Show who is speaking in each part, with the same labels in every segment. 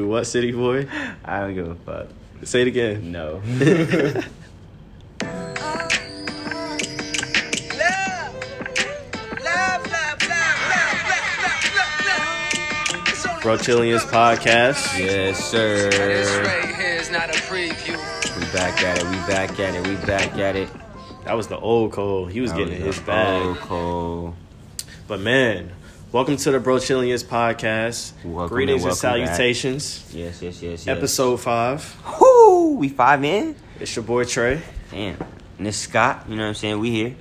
Speaker 1: what city boy? Uh,
Speaker 2: I don't give a fuck.
Speaker 1: Say it again.
Speaker 2: No.
Speaker 1: Brotillions podcast.
Speaker 2: yes, sir.
Speaker 3: This right here is not a preview.
Speaker 2: We back at it. We back at it. We back at it.
Speaker 1: That was the old Cole. He was getting his bag.
Speaker 2: Oh, Cole.
Speaker 1: But man, welcome to the Brochillians podcast.
Speaker 2: Welcome
Speaker 1: Greetings
Speaker 2: and
Speaker 1: and
Speaker 2: welcome back.
Speaker 1: salutations.
Speaker 2: Yes, yes, yes, yes.
Speaker 1: Episode five.
Speaker 2: Whoo! We five in.
Speaker 1: It's your boy Trey.
Speaker 2: Damn. And it's Scott. You know what I'm saying? We here.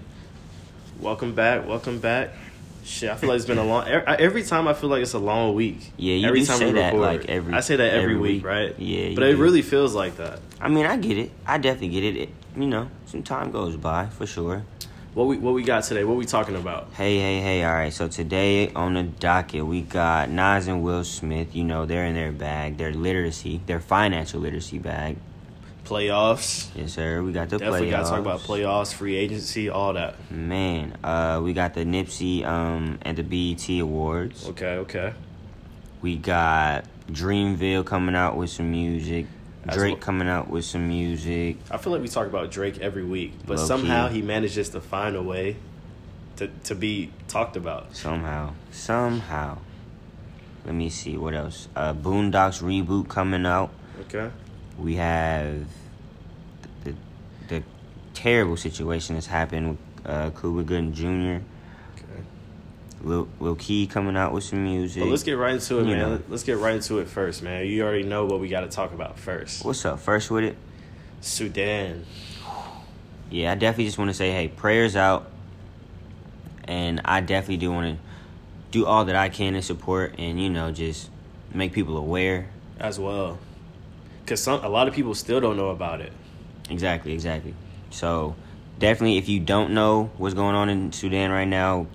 Speaker 1: Welcome back. Welcome back. Shit, I feel like it's been a long. e- Every time I feel like it's a long week.
Speaker 2: Yeah, you
Speaker 1: every
Speaker 2: do
Speaker 1: time
Speaker 2: say
Speaker 1: we
Speaker 2: that,
Speaker 1: record.
Speaker 2: like, every-
Speaker 1: I say that every,
Speaker 2: every
Speaker 1: week,
Speaker 2: week.
Speaker 1: right?
Speaker 2: Yeah, you
Speaker 1: but it
Speaker 2: do.
Speaker 1: really feels like that.
Speaker 2: I mean, I get it. I definitely get it. it you know, some time goes by for sure.
Speaker 1: What we what we got today? What we talking about?
Speaker 2: Hey, hey, hey, all right. So today on the docket, we got Nas and Will Smith. You know, they're in their bag, their literacy, their financial literacy bag.
Speaker 1: Playoffs.
Speaker 2: Yes, sir. We got the
Speaker 1: Definitely
Speaker 2: playoffs.
Speaker 1: got to talk about playoffs, free agency, all that.
Speaker 2: Man, uh, we got the Nipsey um, and the BET Awards.
Speaker 1: Okay, okay.
Speaker 2: We got Dreamville coming out with some music.
Speaker 1: That's
Speaker 2: Drake
Speaker 1: what-
Speaker 2: coming out with some music.
Speaker 1: I feel like we talk about Drake every week, but
Speaker 2: Low
Speaker 1: somehow
Speaker 2: key.
Speaker 1: he manages to find a way to to be talked about.
Speaker 2: Somehow. Somehow. Let me see. What else? Uh, Boondocks reboot coming out.
Speaker 1: Okay.
Speaker 2: We have the, the terrible situation that's happened with uh, Cuba Gooding Jr.
Speaker 1: Okay.
Speaker 2: Lil, Lil Key coming out with some music.
Speaker 1: But let's get right into it,
Speaker 2: You
Speaker 1: man.
Speaker 2: know.
Speaker 1: Let's get right into it first, man. You already know what we got to talk about first.
Speaker 2: What's up? First with it.
Speaker 1: Sudan.
Speaker 2: Yeah, I definitely just want to say, hey, prayers out. And I definitely do want to do all that I can to support and, you know, just make people aware.
Speaker 1: as well, because some a lot of people still don't know about it.
Speaker 2: Exactly, exactly. So, definitely, if you don't know what's going on in Sudan right now,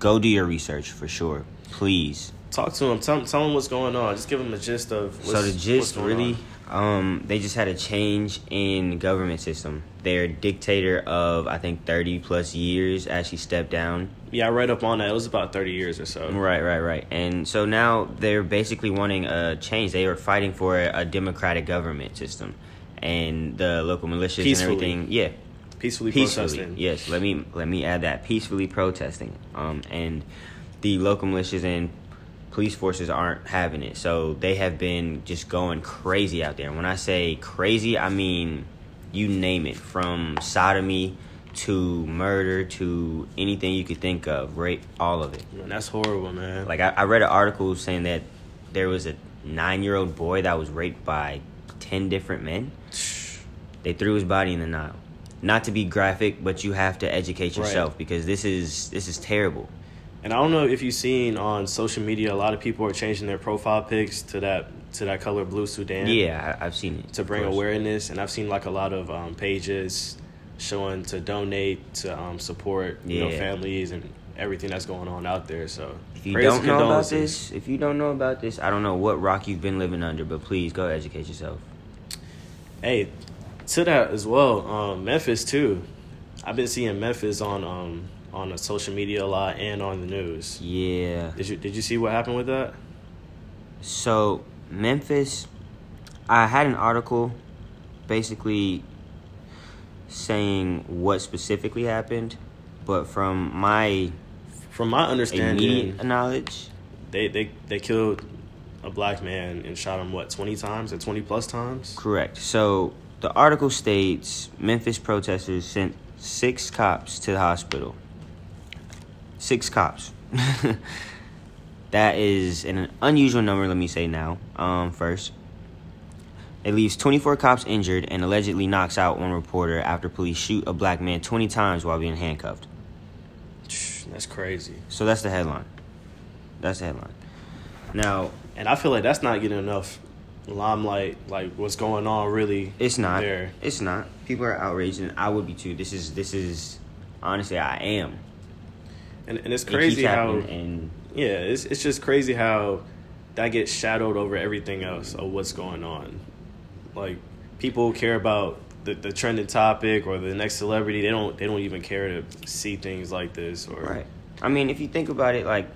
Speaker 2: go do your research for sure. Please.
Speaker 1: Talk to them. Tell, tell them what's going on. Just give them a gist of. What's,
Speaker 2: so the
Speaker 1: what's
Speaker 2: gist
Speaker 1: going
Speaker 2: really
Speaker 1: on.
Speaker 2: um they just had a change in government system their dictator of i think 30 plus years actually stepped down
Speaker 1: Yeah, I read up on that. It was about thirty years or so.
Speaker 2: right right right and so now they're basically wanting a change they are fighting for a, a democratic government system and the local militias
Speaker 1: Peacefully.
Speaker 2: and everything yeah
Speaker 1: Peacefully, protesting.
Speaker 2: Yes, let me let me add that peacefully protesting. Um, and the local militias and police forces aren't having it, so they have been just going crazy out there. And when I say crazy, I mean you name it, from sodomy to murder to anything you could think of, rape, all of it.
Speaker 1: Man, that's horrible, man.
Speaker 2: Like I, I read an article saying that there was a nine-year-old boy that was raped by ten different men. They threw his body in the Nile. Not to be graphic, but you have to educate
Speaker 1: Right.
Speaker 2: yourself because this is this is terrible.
Speaker 1: And I don't know if you've seen on social media, a lot of people are changing their profile pics to that to that color blue Sudan.
Speaker 2: Yeah, I, I've seen it.
Speaker 1: To
Speaker 2: of
Speaker 1: bring
Speaker 2: course.
Speaker 1: awareness, and I've seen like a lot of um, pages showing to donate to um, support you know
Speaker 2: Yeah.
Speaker 1: families and everything that's going on out there. So
Speaker 2: If you
Speaker 1: prayers
Speaker 2: don't
Speaker 1: and
Speaker 2: know about
Speaker 1: condolences.
Speaker 2: this, if you don't know about this, I don't know what rock you've been living under, but please go educate yourself.
Speaker 1: Hey, to that as well, um, Memphis too. I've been seeing Memphis on um on the social media a lot and on the news.
Speaker 2: Yeah.
Speaker 1: Did you did you see what happened with that?
Speaker 2: So Memphis, I had an article basically saying what specifically happened, but from my
Speaker 1: From my understanding,
Speaker 2: immediate knowledge,
Speaker 1: they they they killed a black man and shot him what twenty times or twenty plus times.
Speaker 2: correct. So the article states Memphis protesters sent six cops to the hospital. Six cops. that is an unusual number, let me say now, um, first. It leaves 24 cops injured and allegedly knocks out one reporter after police shoot a black man 20 times while being handcuffed.
Speaker 1: Psh, That's crazy.
Speaker 2: So that's the headline. That's the headline. Now,
Speaker 1: And I feel like that's not getting enough limelight. Like what's going on really?
Speaker 2: it's not.
Speaker 1: there.
Speaker 2: It's not. People are outraged, and I would be too. This is this is honestly, I am.
Speaker 1: And and it's
Speaker 2: It keeps
Speaker 1: crazy how
Speaker 2: happening, and
Speaker 1: yeah, it's it's just crazy how that gets shadowed over everything else of what's going on. Like people care about the, the trending topic or the next celebrity. They don't they don't even care to see things like this or
Speaker 2: Right. I mean, if you think about it, like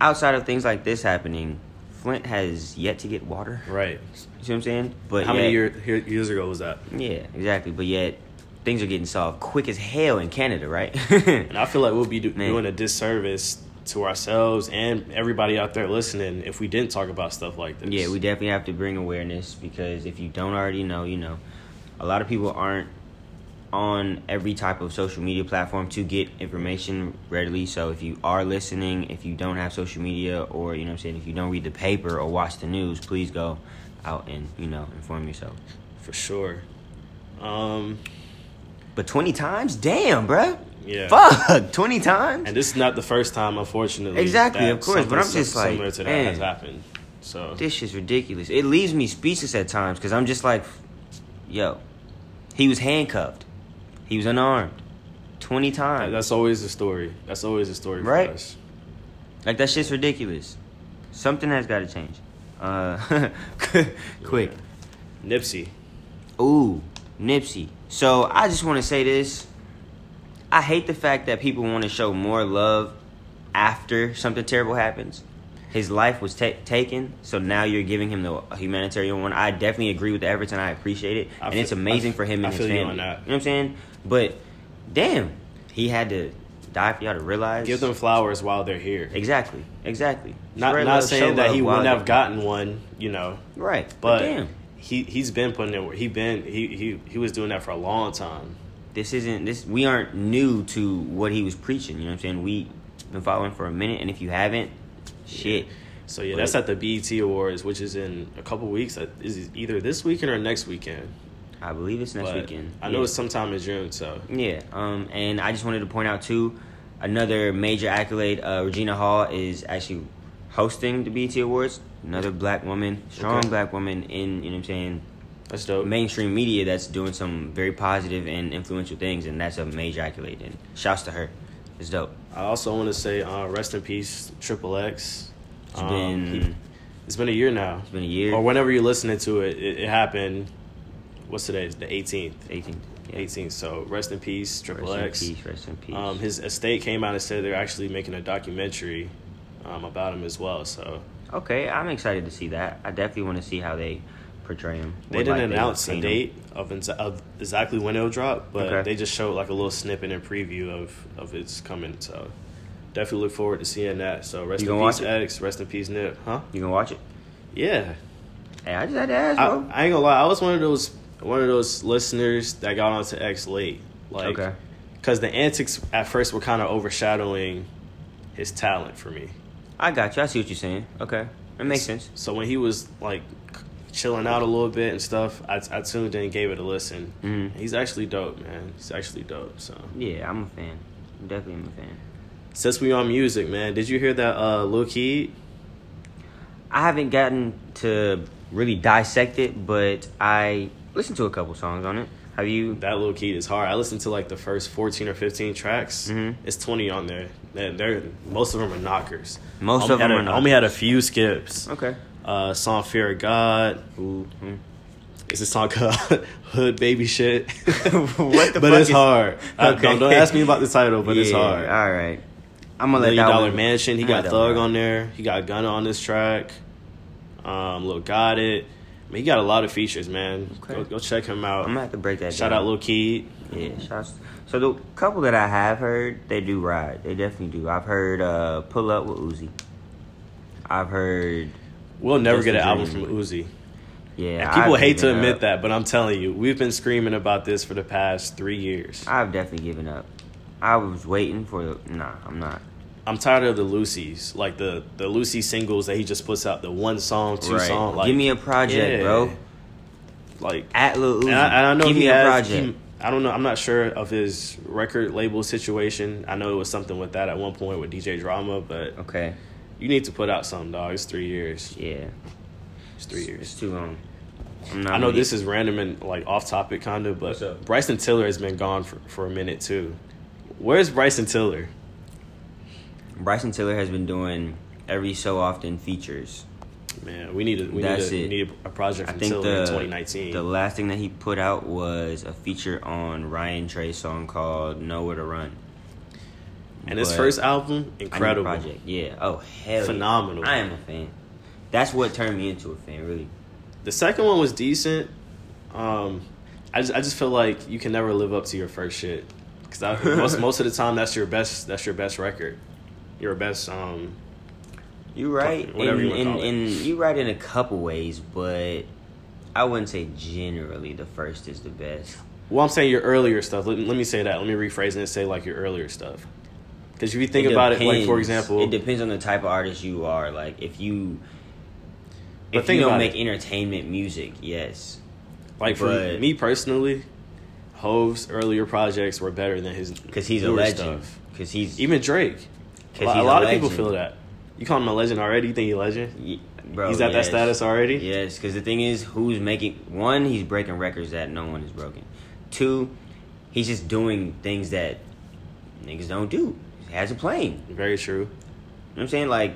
Speaker 2: outside of things like this happening, Flint has yet to get water.
Speaker 1: Right.
Speaker 2: You see what I'm saying? But
Speaker 1: How many
Speaker 2: yet-
Speaker 1: year, here- years ago was that?
Speaker 2: Yeah, exactly. But yet things are getting solved quick as hell in Canada, right?
Speaker 1: And I feel like we'll be do-
Speaker 2: Man.
Speaker 1: doing a disservice to ourselves and everybody out there listening if we didn't talk about stuff like this.
Speaker 2: Yeah, we definitely have to bring awareness because if you don't already know, you know, a lot of people aren't on every type of social media platform to get information readily. So if you are listening, if you don't have social media or you know what I'm saying, if you don't read the paper or watch the news, please go out and, you know, inform yourself.
Speaker 1: for sure. Um,
Speaker 2: But 20 times? Damn, bruh.
Speaker 1: Yeah.
Speaker 2: Fuck, 20 times?
Speaker 1: and this is not the first time, unfortunately.
Speaker 2: Exactly,
Speaker 1: that
Speaker 2: of course,
Speaker 1: something
Speaker 2: but I'm
Speaker 1: sim-
Speaker 2: just like,
Speaker 1: similar to that
Speaker 2: man.
Speaker 1: has happened. So
Speaker 2: This shit's ridiculous. It leaves me speechless at times because I'm just like, yo, he was handcuffed. He was unarmed. 20 times.
Speaker 1: that's always the story. That's always the story
Speaker 2: Right.
Speaker 1: for us.
Speaker 2: like, that shit's ridiculous. Something has got to change. Uh, quick.
Speaker 1: Nipsey.
Speaker 2: Ooh, Nipsey. So I just want to say this. I hate the fact that people want to show more love after something terrible happens. His life was ta taken, so now you're giving him the humanitarian one. I definitely agree with the efforts, and I appreciate it.
Speaker 1: I
Speaker 2: and
Speaker 1: feel-
Speaker 2: it's amazing
Speaker 1: I-
Speaker 2: for him and
Speaker 1: I
Speaker 2: his
Speaker 1: feel
Speaker 2: family.
Speaker 1: you
Speaker 2: You,
Speaker 1: on that.
Speaker 2: know what I'm saying? But damn, he had to die for y'all to realize.
Speaker 1: Give them flowers while they're here.
Speaker 2: exactly, exactly.
Speaker 1: Not
Speaker 2: Spread
Speaker 1: not
Speaker 2: love, show
Speaker 1: saying that
Speaker 2: love
Speaker 1: he
Speaker 2: while
Speaker 1: wouldn't
Speaker 2: they-
Speaker 1: have gotten one, you know,
Speaker 2: right,
Speaker 1: but
Speaker 2: but, damn,
Speaker 1: he he's been putting it. work. He been he he he was doing that for a long time.
Speaker 2: this isn't this we aren't new to what he was preaching you know what i'm saying we been following for a minute and if you haven't shit
Speaker 1: So yeah,
Speaker 2: But-
Speaker 1: that's at the BET Awards, which is in a couple weeks. Uh, Is it either this weekend or next weekend?
Speaker 2: i believe it's next
Speaker 1: But
Speaker 2: weekend
Speaker 1: I know
Speaker 2: yeah.
Speaker 1: it's sometime in June. So
Speaker 2: yeah um and i just wanted to point out too another major accolade uh regina hall is actually hosting the bt awards another black woman strong
Speaker 1: Okay.
Speaker 2: black woman in you know what i'm saying
Speaker 1: that's dope.
Speaker 2: mainstream media that's doing some very positive and influential things and that's a major accolade and shouts to her it's dope
Speaker 1: I also want to say uh, rest in peace, Triple X. Um,
Speaker 2: It's been-
Speaker 1: it's been a year now. It's
Speaker 2: been a year.
Speaker 1: Or whenever you're listening to it, it, it happened. What's today? It's the 18th.
Speaker 2: 18 yeah.
Speaker 1: 18th. So rest in peace, Triple X.
Speaker 2: rest in peace rest in peace
Speaker 1: Um, his estate came out and said they're actually making a documentary um, about him as well. So
Speaker 2: Okay, I'm excited to see that. I definitely want to see how they portray him.
Speaker 1: they
Speaker 2: Or,
Speaker 1: didn't
Speaker 2: like,
Speaker 1: announce a
Speaker 2: paint him.
Speaker 1: date of, exa- of exactly when it'll drop, but
Speaker 2: Okay.
Speaker 1: they just showed like a little snippet and preview of of its coming. So definitely look forward to seeing that. So rest
Speaker 2: You
Speaker 1: in
Speaker 2: gonna
Speaker 1: peace,
Speaker 2: watch it?
Speaker 1: X. Rest in peace, Nip. Huh?
Speaker 2: You can watch it.
Speaker 1: Yeah.
Speaker 2: Hey, I just had to ask,
Speaker 1: I,
Speaker 2: bro.
Speaker 1: I ain't gonna lie. I was one of those one of those listeners that got onto X late, like,
Speaker 2: Okay.
Speaker 1: because the antics at first were kind of overshadowing his talent for me.
Speaker 2: I got you. I see what you're saying. Okay, it makes sense.
Speaker 1: So when he was like chilling out a little bit and stuff, I, I tuned in, and gave it a listen.
Speaker 2: Mhm.
Speaker 1: He's actually dope, man. He's actually dope. So
Speaker 2: Yeah, I'm a fan. Definitely, am a fan.
Speaker 1: since we on music, man, did you hear that uh, Lil Key?
Speaker 2: I haven't gotten to really dissect it, but I listened to a couple songs on it. Have you?
Speaker 1: That Lil Key is hard. I listened to like the first fourteen or fifteen tracks.
Speaker 2: Mhm.
Speaker 1: It's twenty on there. They're, they're most of them are knockers.
Speaker 2: Most
Speaker 1: Only
Speaker 2: of
Speaker 1: had
Speaker 2: 'em
Speaker 1: a-
Speaker 2: are knockers.
Speaker 1: Only had a few skips.
Speaker 2: Okay.
Speaker 1: Uh, song "Fear of God."
Speaker 2: Ooh. mm.
Speaker 1: It's a song called "Hood Baby Shit."
Speaker 2: What the
Speaker 1: but
Speaker 2: fuck
Speaker 1: it's
Speaker 2: is-
Speaker 1: hard. I-
Speaker 2: Okay.
Speaker 1: don't, don't ask me about the title, but it's
Speaker 2: Yeah,
Speaker 1: hard.
Speaker 2: All right. I'm gonna
Speaker 1: Million
Speaker 2: let that
Speaker 1: Dollar
Speaker 2: one-
Speaker 1: Mansion. He
Speaker 2: I'm gonna
Speaker 1: got
Speaker 2: let that one
Speaker 1: Thug
Speaker 2: ride.
Speaker 1: on there. He got Gunna on this track. Um, Lil Got It. I mean, he got a lot of features, man.
Speaker 2: Okay.
Speaker 1: Go, go check him out.
Speaker 2: I'm gonna have to break that.
Speaker 1: Shout
Speaker 2: down.
Speaker 1: out Lil Key.
Speaker 2: Yeah, shouts. So the couple that I have heard, they do ride. They definitely do. I've heard uh, "Pull Up" with Uzi. I've heard,
Speaker 1: We'll never
Speaker 2: That's
Speaker 1: get
Speaker 2: the
Speaker 1: an album from
Speaker 2: dream.
Speaker 1: Uzi.
Speaker 2: yeah.
Speaker 1: People
Speaker 2: I've
Speaker 1: hate to
Speaker 2: given
Speaker 1: admit
Speaker 2: up.
Speaker 1: that, but I'm telling you, we've been screaming about this for the past three years.
Speaker 2: I've definitely given up. I was waiting for the. Nah, I'm not.
Speaker 1: I'm tired of the Lucy's, like the the Lucy singles that he just puts out, the one song, two
Speaker 2: Right.
Speaker 1: song. Like,
Speaker 2: Give me a project,
Speaker 1: Yeah.
Speaker 2: bro.
Speaker 1: Like
Speaker 2: At Lil Uzi.
Speaker 1: And I, and I know
Speaker 2: Give
Speaker 1: he
Speaker 2: me
Speaker 1: has,
Speaker 2: a project.
Speaker 1: he- I don't know. I'm not sure of his record label situation. I know it was something with that at one point with DJ Drama, but
Speaker 2: okay.
Speaker 1: you need to put out something, dog. It's three years.
Speaker 2: Yeah.
Speaker 1: It's three years.
Speaker 2: It's too long. I'm not
Speaker 1: I know
Speaker 2: ready.
Speaker 1: this is random and like off topic, kind of,
Speaker 2: What's
Speaker 1: but
Speaker 2: up?
Speaker 1: Bryson Tiller has been gone for, for a minute too. Where's Bryson Tiller?
Speaker 2: Bryson Tiller has been doing every so often features.
Speaker 1: Man, we need a, we
Speaker 2: That's
Speaker 1: need a,
Speaker 2: it.
Speaker 1: need a project
Speaker 2: I
Speaker 1: from
Speaker 2: think
Speaker 1: Tiller
Speaker 2: the
Speaker 1: in 2019.
Speaker 2: the last thing that he put out was a feature on Ryan Trey's song called "Nowhere to Run."
Speaker 1: and his
Speaker 2: but
Speaker 1: first album,
Speaker 2: I need a
Speaker 1: incredible.
Speaker 2: project, yeah. Oh hell, yeah.
Speaker 1: Phenomenal.
Speaker 2: I am a fan. That's what turned me into a fan, really.
Speaker 1: The second one was decent. Um, I just I just feel like you can never live up to your first shit because most most of the time that's your best that's your best record, your best um
Speaker 2: You right
Speaker 1: Whatever
Speaker 2: in
Speaker 1: you wanna
Speaker 2: in,
Speaker 1: call it.
Speaker 2: in you right in a couple ways, but I wouldn't say generally the first is the best.
Speaker 1: Well, I'm saying your earlier stuff. Let, let me say that. Let me rephrase it and say like your earlier stuff. Because if you think about it, like for
Speaker 2: depends.
Speaker 1: example,
Speaker 2: it depends on the type of artist you are. Like if you,
Speaker 1: But
Speaker 2: if
Speaker 1: think
Speaker 2: you don't
Speaker 1: about
Speaker 2: make
Speaker 1: it.
Speaker 2: entertainment music, yes,
Speaker 1: like for
Speaker 2: but-
Speaker 1: me personally, Hove's earlier projects were better than his
Speaker 2: because he's a
Speaker 1: newer
Speaker 2: legend. Because he's
Speaker 1: Even Drake.
Speaker 2: 'Cause
Speaker 1: A lot,
Speaker 2: he's
Speaker 1: a
Speaker 2: a
Speaker 1: lot of people
Speaker 2: legend.
Speaker 1: feel that. You call him a legend already? You think he's a legend?
Speaker 2: Ye- bro,
Speaker 1: he's at
Speaker 2: yes.
Speaker 1: that status already.
Speaker 2: Yes, because the thing is, who's making one? He's breaking records that no one has broken. Two, he's just doing things that niggas don't do. He has a plane. You know
Speaker 1: Very true.
Speaker 2: what I'm saying? Like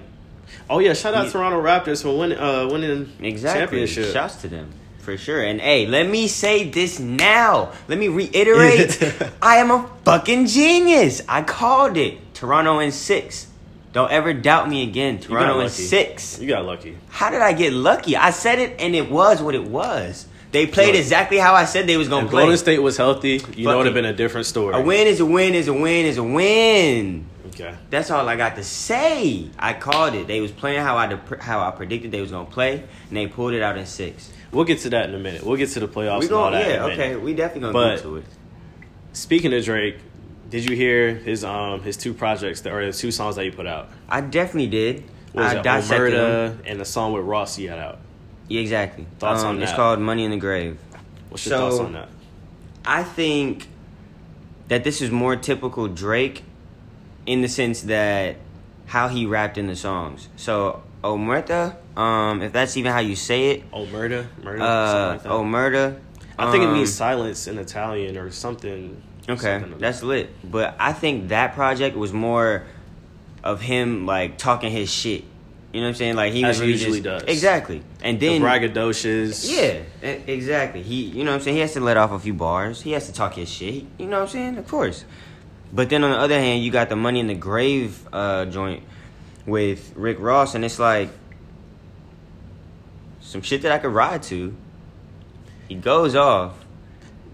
Speaker 1: Oh yeah, shout out
Speaker 2: He-
Speaker 1: Toronto Raptors for winning uh, winning
Speaker 2: exactly.
Speaker 1: championship.
Speaker 2: Shouts to them for sure. And hey, let me say this now. Let me reiterate. I am a fucking genius. I called it. Toronto in six. Don't ever doubt me again.
Speaker 1: You got
Speaker 2: Toronto in
Speaker 1: lucky.
Speaker 2: six.
Speaker 1: You got lucky.
Speaker 2: How did I get lucky? I said it, and it was what it was. They played
Speaker 1: Look.
Speaker 2: exactly how I said they was gonna
Speaker 1: If
Speaker 2: play.
Speaker 1: Golden State was healthy, you know it would
Speaker 2: Fucking-
Speaker 1: have been a different story.
Speaker 2: A win is a win is a win is a win.
Speaker 1: Okay.
Speaker 2: That's all I got to say. I called it. They was playing how I de- how I predicted they was gonna play, and they pulled it out in six.
Speaker 1: We'll get to that in a minute. We'll get to the playoffs
Speaker 2: We
Speaker 1: and all
Speaker 2: going
Speaker 1: that. in
Speaker 2: yeah
Speaker 1: a minute.
Speaker 2: okay. We definitely gonna
Speaker 1: But-
Speaker 2: get to it.
Speaker 1: Speaking of Drake, did you hear his um his two projects that, or his two songs that he put out?
Speaker 2: I definitely did.
Speaker 1: What was that?
Speaker 2: I dissected
Speaker 1: Omerta
Speaker 2: them.
Speaker 1: and the song with Ross he had out.
Speaker 2: Yeah, exactly.
Speaker 1: Thoughts
Speaker 2: um,
Speaker 1: on
Speaker 2: It's
Speaker 1: that?
Speaker 2: called Money in the Grave.
Speaker 1: What's your
Speaker 2: So-
Speaker 1: thoughts on that?
Speaker 2: I think that this is more typical Drake in the sense that how he rapped in the songs. So, O Muerta, um, if that's even how you say it,
Speaker 1: Oh, murder, murder,
Speaker 2: uh,
Speaker 1: something
Speaker 2: O
Speaker 1: like that.
Speaker 2: Muerta.
Speaker 1: I think it
Speaker 2: um,
Speaker 1: means silence in Italian or something.
Speaker 2: Okay,
Speaker 1: something.
Speaker 2: that's lit. But I think that project was more of him like talking his shit. You know what I'm saying? Like he
Speaker 1: As
Speaker 2: was really
Speaker 1: usually
Speaker 2: just-
Speaker 1: does.
Speaker 2: exactly. And
Speaker 1: the
Speaker 2: then
Speaker 1: braggadocious.
Speaker 2: Yeah, e- exactly. He, you know what I'm saying? He has to let off a few bars. He has to talk his shit. He- You know what I'm saying? Of course. But then on the other hand, you got the money in the grave uh, joint with Rick Ross, and it's like some shit that I could ride to. He goes off.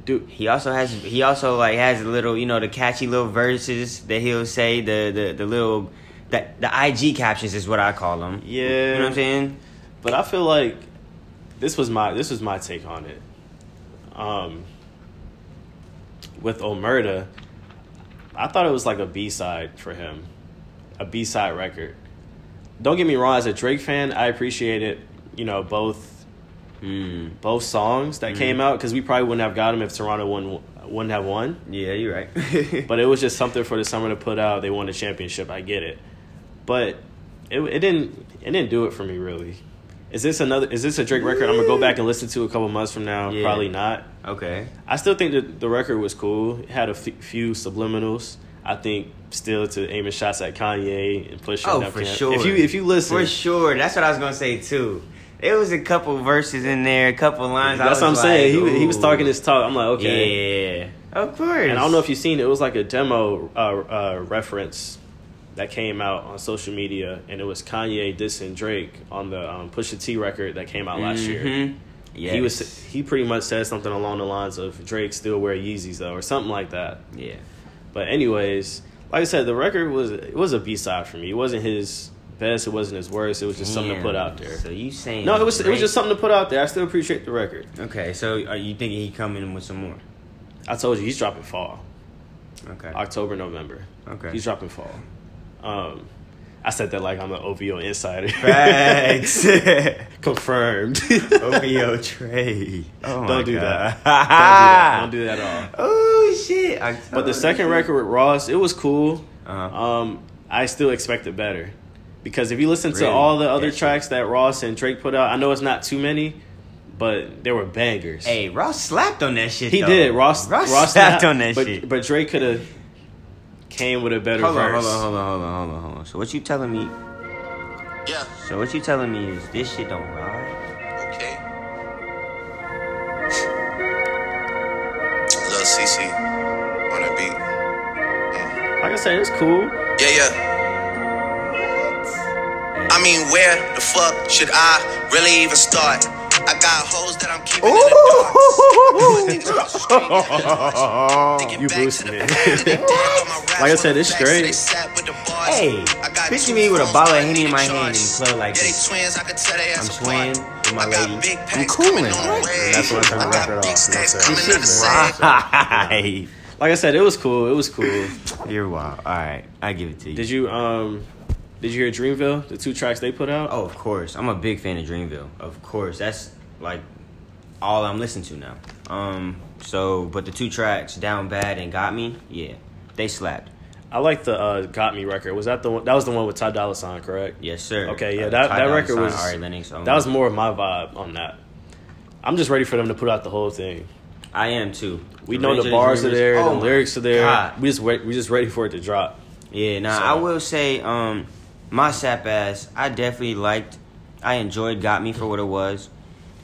Speaker 1: dude.
Speaker 2: He also has he also like has a little you know the catchy little verses that he'll say the the, the little the, the IG captions is what I call them. you know what
Speaker 1: Yeah.
Speaker 2: I'm saying.
Speaker 1: But I feel like this was my this was my take on it. Um, with Omerta, I thought it was like a B side for him, a B side record. Don't get me wrong, as a Drake fan, I appreciated you know both hmm,
Speaker 2: Mm,
Speaker 1: both songs that came out because we probably wouldn't have got them if Toronto won wouldn't have won.
Speaker 2: yeah, you're right.
Speaker 1: But it was just something for the summer to put out. They won the championship. I get it, but it, it didn't it didn't do it for me really. Is this another? Is this a Drake record? I'm gonna go back and listen to a couple months from now.
Speaker 2: Yeah.
Speaker 1: Probably not.
Speaker 2: okay.
Speaker 1: I still think that the record was cool. It had a f- few subliminals. I think still to aiming shots at Kanye and pushing.
Speaker 2: Oh,
Speaker 1: up
Speaker 2: for
Speaker 1: Cam-
Speaker 2: sure.
Speaker 1: If you if you listen,
Speaker 2: For sure. That's what I was gonna say too. It was a couple verses in there, a couple lines. I
Speaker 1: that's
Speaker 2: was
Speaker 1: what I'm
Speaker 2: like,
Speaker 1: saying. He, he was
Speaker 2: ooh.
Speaker 1: talking his talk. I'm like, okay.
Speaker 2: Yeah. Of course.
Speaker 1: And I don't know if you've seen it. It was like a demo uh, uh, reference that came out on social media, and it was Kanye dissing Drake on the um, Pusha T record that came out last year.
Speaker 2: Mhm. Yes.
Speaker 1: He was he pretty much said something along the lines of Drake still wear Yeezys though, or something like that.
Speaker 2: Yeah.
Speaker 1: But anyways, like I said, the record was it was a B side for me. It wasn't his best. It wasn't his worst. It was just something to
Speaker 2: Damn.
Speaker 1: put out there.
Speaker 2: So you saying
Speaker 1: No, it was it was
Speaker 2: Drake-
Speaker 1: just something to put out there. I still appreciate the record.
Speaker 2: Okay, so are you thinking he coming with some more?
Speaker 1: I told you he's dropping fall.
Speaker 2: Okay.
Speaker 1: October, November.
Speaker 2: Okay.
Speaker 1: He's dropping fall. Um, I said that like I'm an OVO insider.
Speaker 2: Facts.
Speaker 1: Confirmed.
Speaker 2: OVO trade. Oh my
Speaker 1: Don't do
Speaker 2: God.
Speaker 1: that. Don't do that. Don't do that at all.
Speaker 2: Oh shit. October.
Speaker 1: But the second record with Ross, it was cool.
Speaker 2: Uh-huh.
Speaker 1: Um, I still expected better. Because if you listen to
Speaker 2: Really?
Speaker 1: all the other
Speaker 2: Yes.
Speaker 1: tracks that Ross and Drake put out, I know it's not too many, but they were bangers.
Speaker 2: Hey, Ross slapped on that shit.
Speaker 1: he
Speaker 2: though.
Speaker 1: did. Ross,
Speaker 2: Ross, slapped
Speaker 1: not-
Speaker 2: on that
Speaker 1: but,
Speaker 2: shit.
Speaker 1: But Drake could have came with a better
Speaker 2: Hold on,
Speaker 1: verse.
Speaker 2: hold on, hold on, hold on, hold on, hold on. So what you telling me?
Speaker 3: Yeah,
Speaker 2: So what you telling me is this shit don't ride?
Speaker 3: okay. Lil CC on a beat.
Speaker 1: Like I said, it's cool.
Speaker 3: Yeah, yeah.
Speaker 2: And
Speaker 3: I mean, where the fuck should I really even start? I got hoes that I'm keeping in the dark. Niggas cross the street that I watch.
Speaker 1: You boosting it.
Speaker 3: like
Speaker 1: Oh. Like I said, it's straight.
Speaker 2: Hey, picture me with a bottle of Henny in my hand in the club like this.
Speaker 3: I'm
Speaker 2: swaying with my lady. I'm
Speaker 3: I'm
Speaker 2: cooling.
Speaker 3: cooling.
Speaker 1: That's when I turn the record off. That's it.
Speaker 3: This
Speaker 1: This shit
Speaker 2: Right.
Speaker 1: Like I said, it was cool. It was cool.
Speaker 2: You're wild. All right, I give it to you.
Speaker 1: Did you um did you hear Dreamville? The two tracks they put out?
Speaker 2: Oh, of course. I'm a big fan of Dreamville. Of course. That's like all I'm listening to now. Um so but the two tracks, Down Bad and Got Me, yeah. They slapped.
Speaker 1: I like the uh, Got Me record. Was that the one that was the one with Ty Dolla Sign, correct?
Speaker 2: Yes, sir.
Speaker 1: Okay,
Speaker 2: Uh,
Speaker 1: yeah, that,
Speaker 2: Ty
Speaker 1: that
Speaker 2: Dolla
Speaker 1: record
Speaker 2: Sign,
Speaker 1: was
Speaker 2: Ari Lennox, um,
Speaker 1: that was more of my vibe on that. I'm just ready for them to put out the whole thing.
Speaker 2: I am too.
Speaker 1: We know the
Speaker 2: Original
Speaker 1: bars are
Speaker 2: Dreamers-
Speaker 1: there,
Speaker 2: Oh
Speaker 1: the
Speaker 2: my
Speaker 1: lyrics are there.
Speaker 2: God.
Speaker 1: We just wait, we just ready for it to drop.
Speaker 2: Yeah, nah,
Speaker 1: So-
Speaker 2: I will say, um, my sap ass, I definitely liked, I enjoyed Got Me for what it was.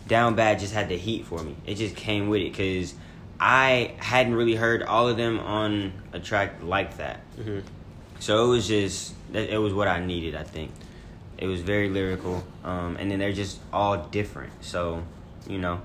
Speaker 2: Down Bad just had the heat for me. It just came with it because I hadn't really heard all of them on a track like that.
Speaker 1: Mm-hmm.
Speaker 2: So it was just, that- it was what I needed, I think. It was very lyrical, um, and then they're just all different. So, you know,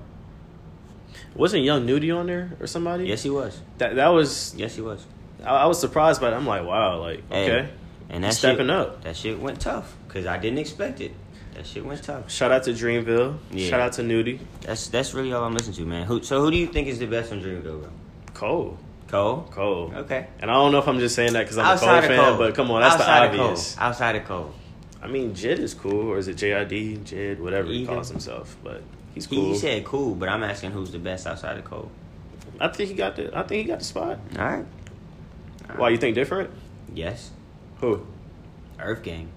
Speaker 1: Wasn't Young Nudie on there or somebody?
Speaker 2: yes, he was.
Speaker 1: That that was
Speaker 2: Yes, he was.
Speaker 1: I, I was surprised by it. I'm like, wow, like
Speaker 2: Hey,
Speaker 1: okay.
Speaker 2: and
Speaker 1: He's
Speaker 2: that
Speaker 1: stepping
Speaker 2: shit,
Speaker 1: up.
Speaker 2: That shit went tough because I didn't expect it. That shit went tough.
Speaker 1: Shout out to Dreamville.
Speaker 2: Yeah.
Speaker 1: Shout out to Nudie.
Speaker 2: That's that's really all I'm listening to, man. Who so who do you think is the best on Dreamville, bro?
Speaker 1: Cole.
Speaker 2: Cole.
Speaker 1: Cole.
Speaker 2: Okay.
Speaker 1: And I don't know if I'm just saying that because I'm
Speaker 2: Outside
Speaker 1: a
Speaker 2: of
Speaker 1: Cole fan,
Speaker 2: Cole,
Speaker 1: but come on, that's
Speaker 2: Outside
Speaker 1: the
Speaker 2: of
Speaker 1: obvious.
Speaker 2: Cole. Outside of Cole,
Speaker 1: I mean, Jid is cool, or is it JID, Jid, whatever he
Speaker 2: Either.
Speaker 1: calls himself, but he's
Speaker 2: he,
Speaker 1: cool.
Speaker 2: he said cool, but I'm asking who's the best outside of Cole.
Speaker 1: I think he got the. I think he got the spot.
Speaker 2: All right.
Speaker 1: Why you think different?
Speaker 2: Yes,
Speaker 1: Who?
Speaker 2: Earth Gang.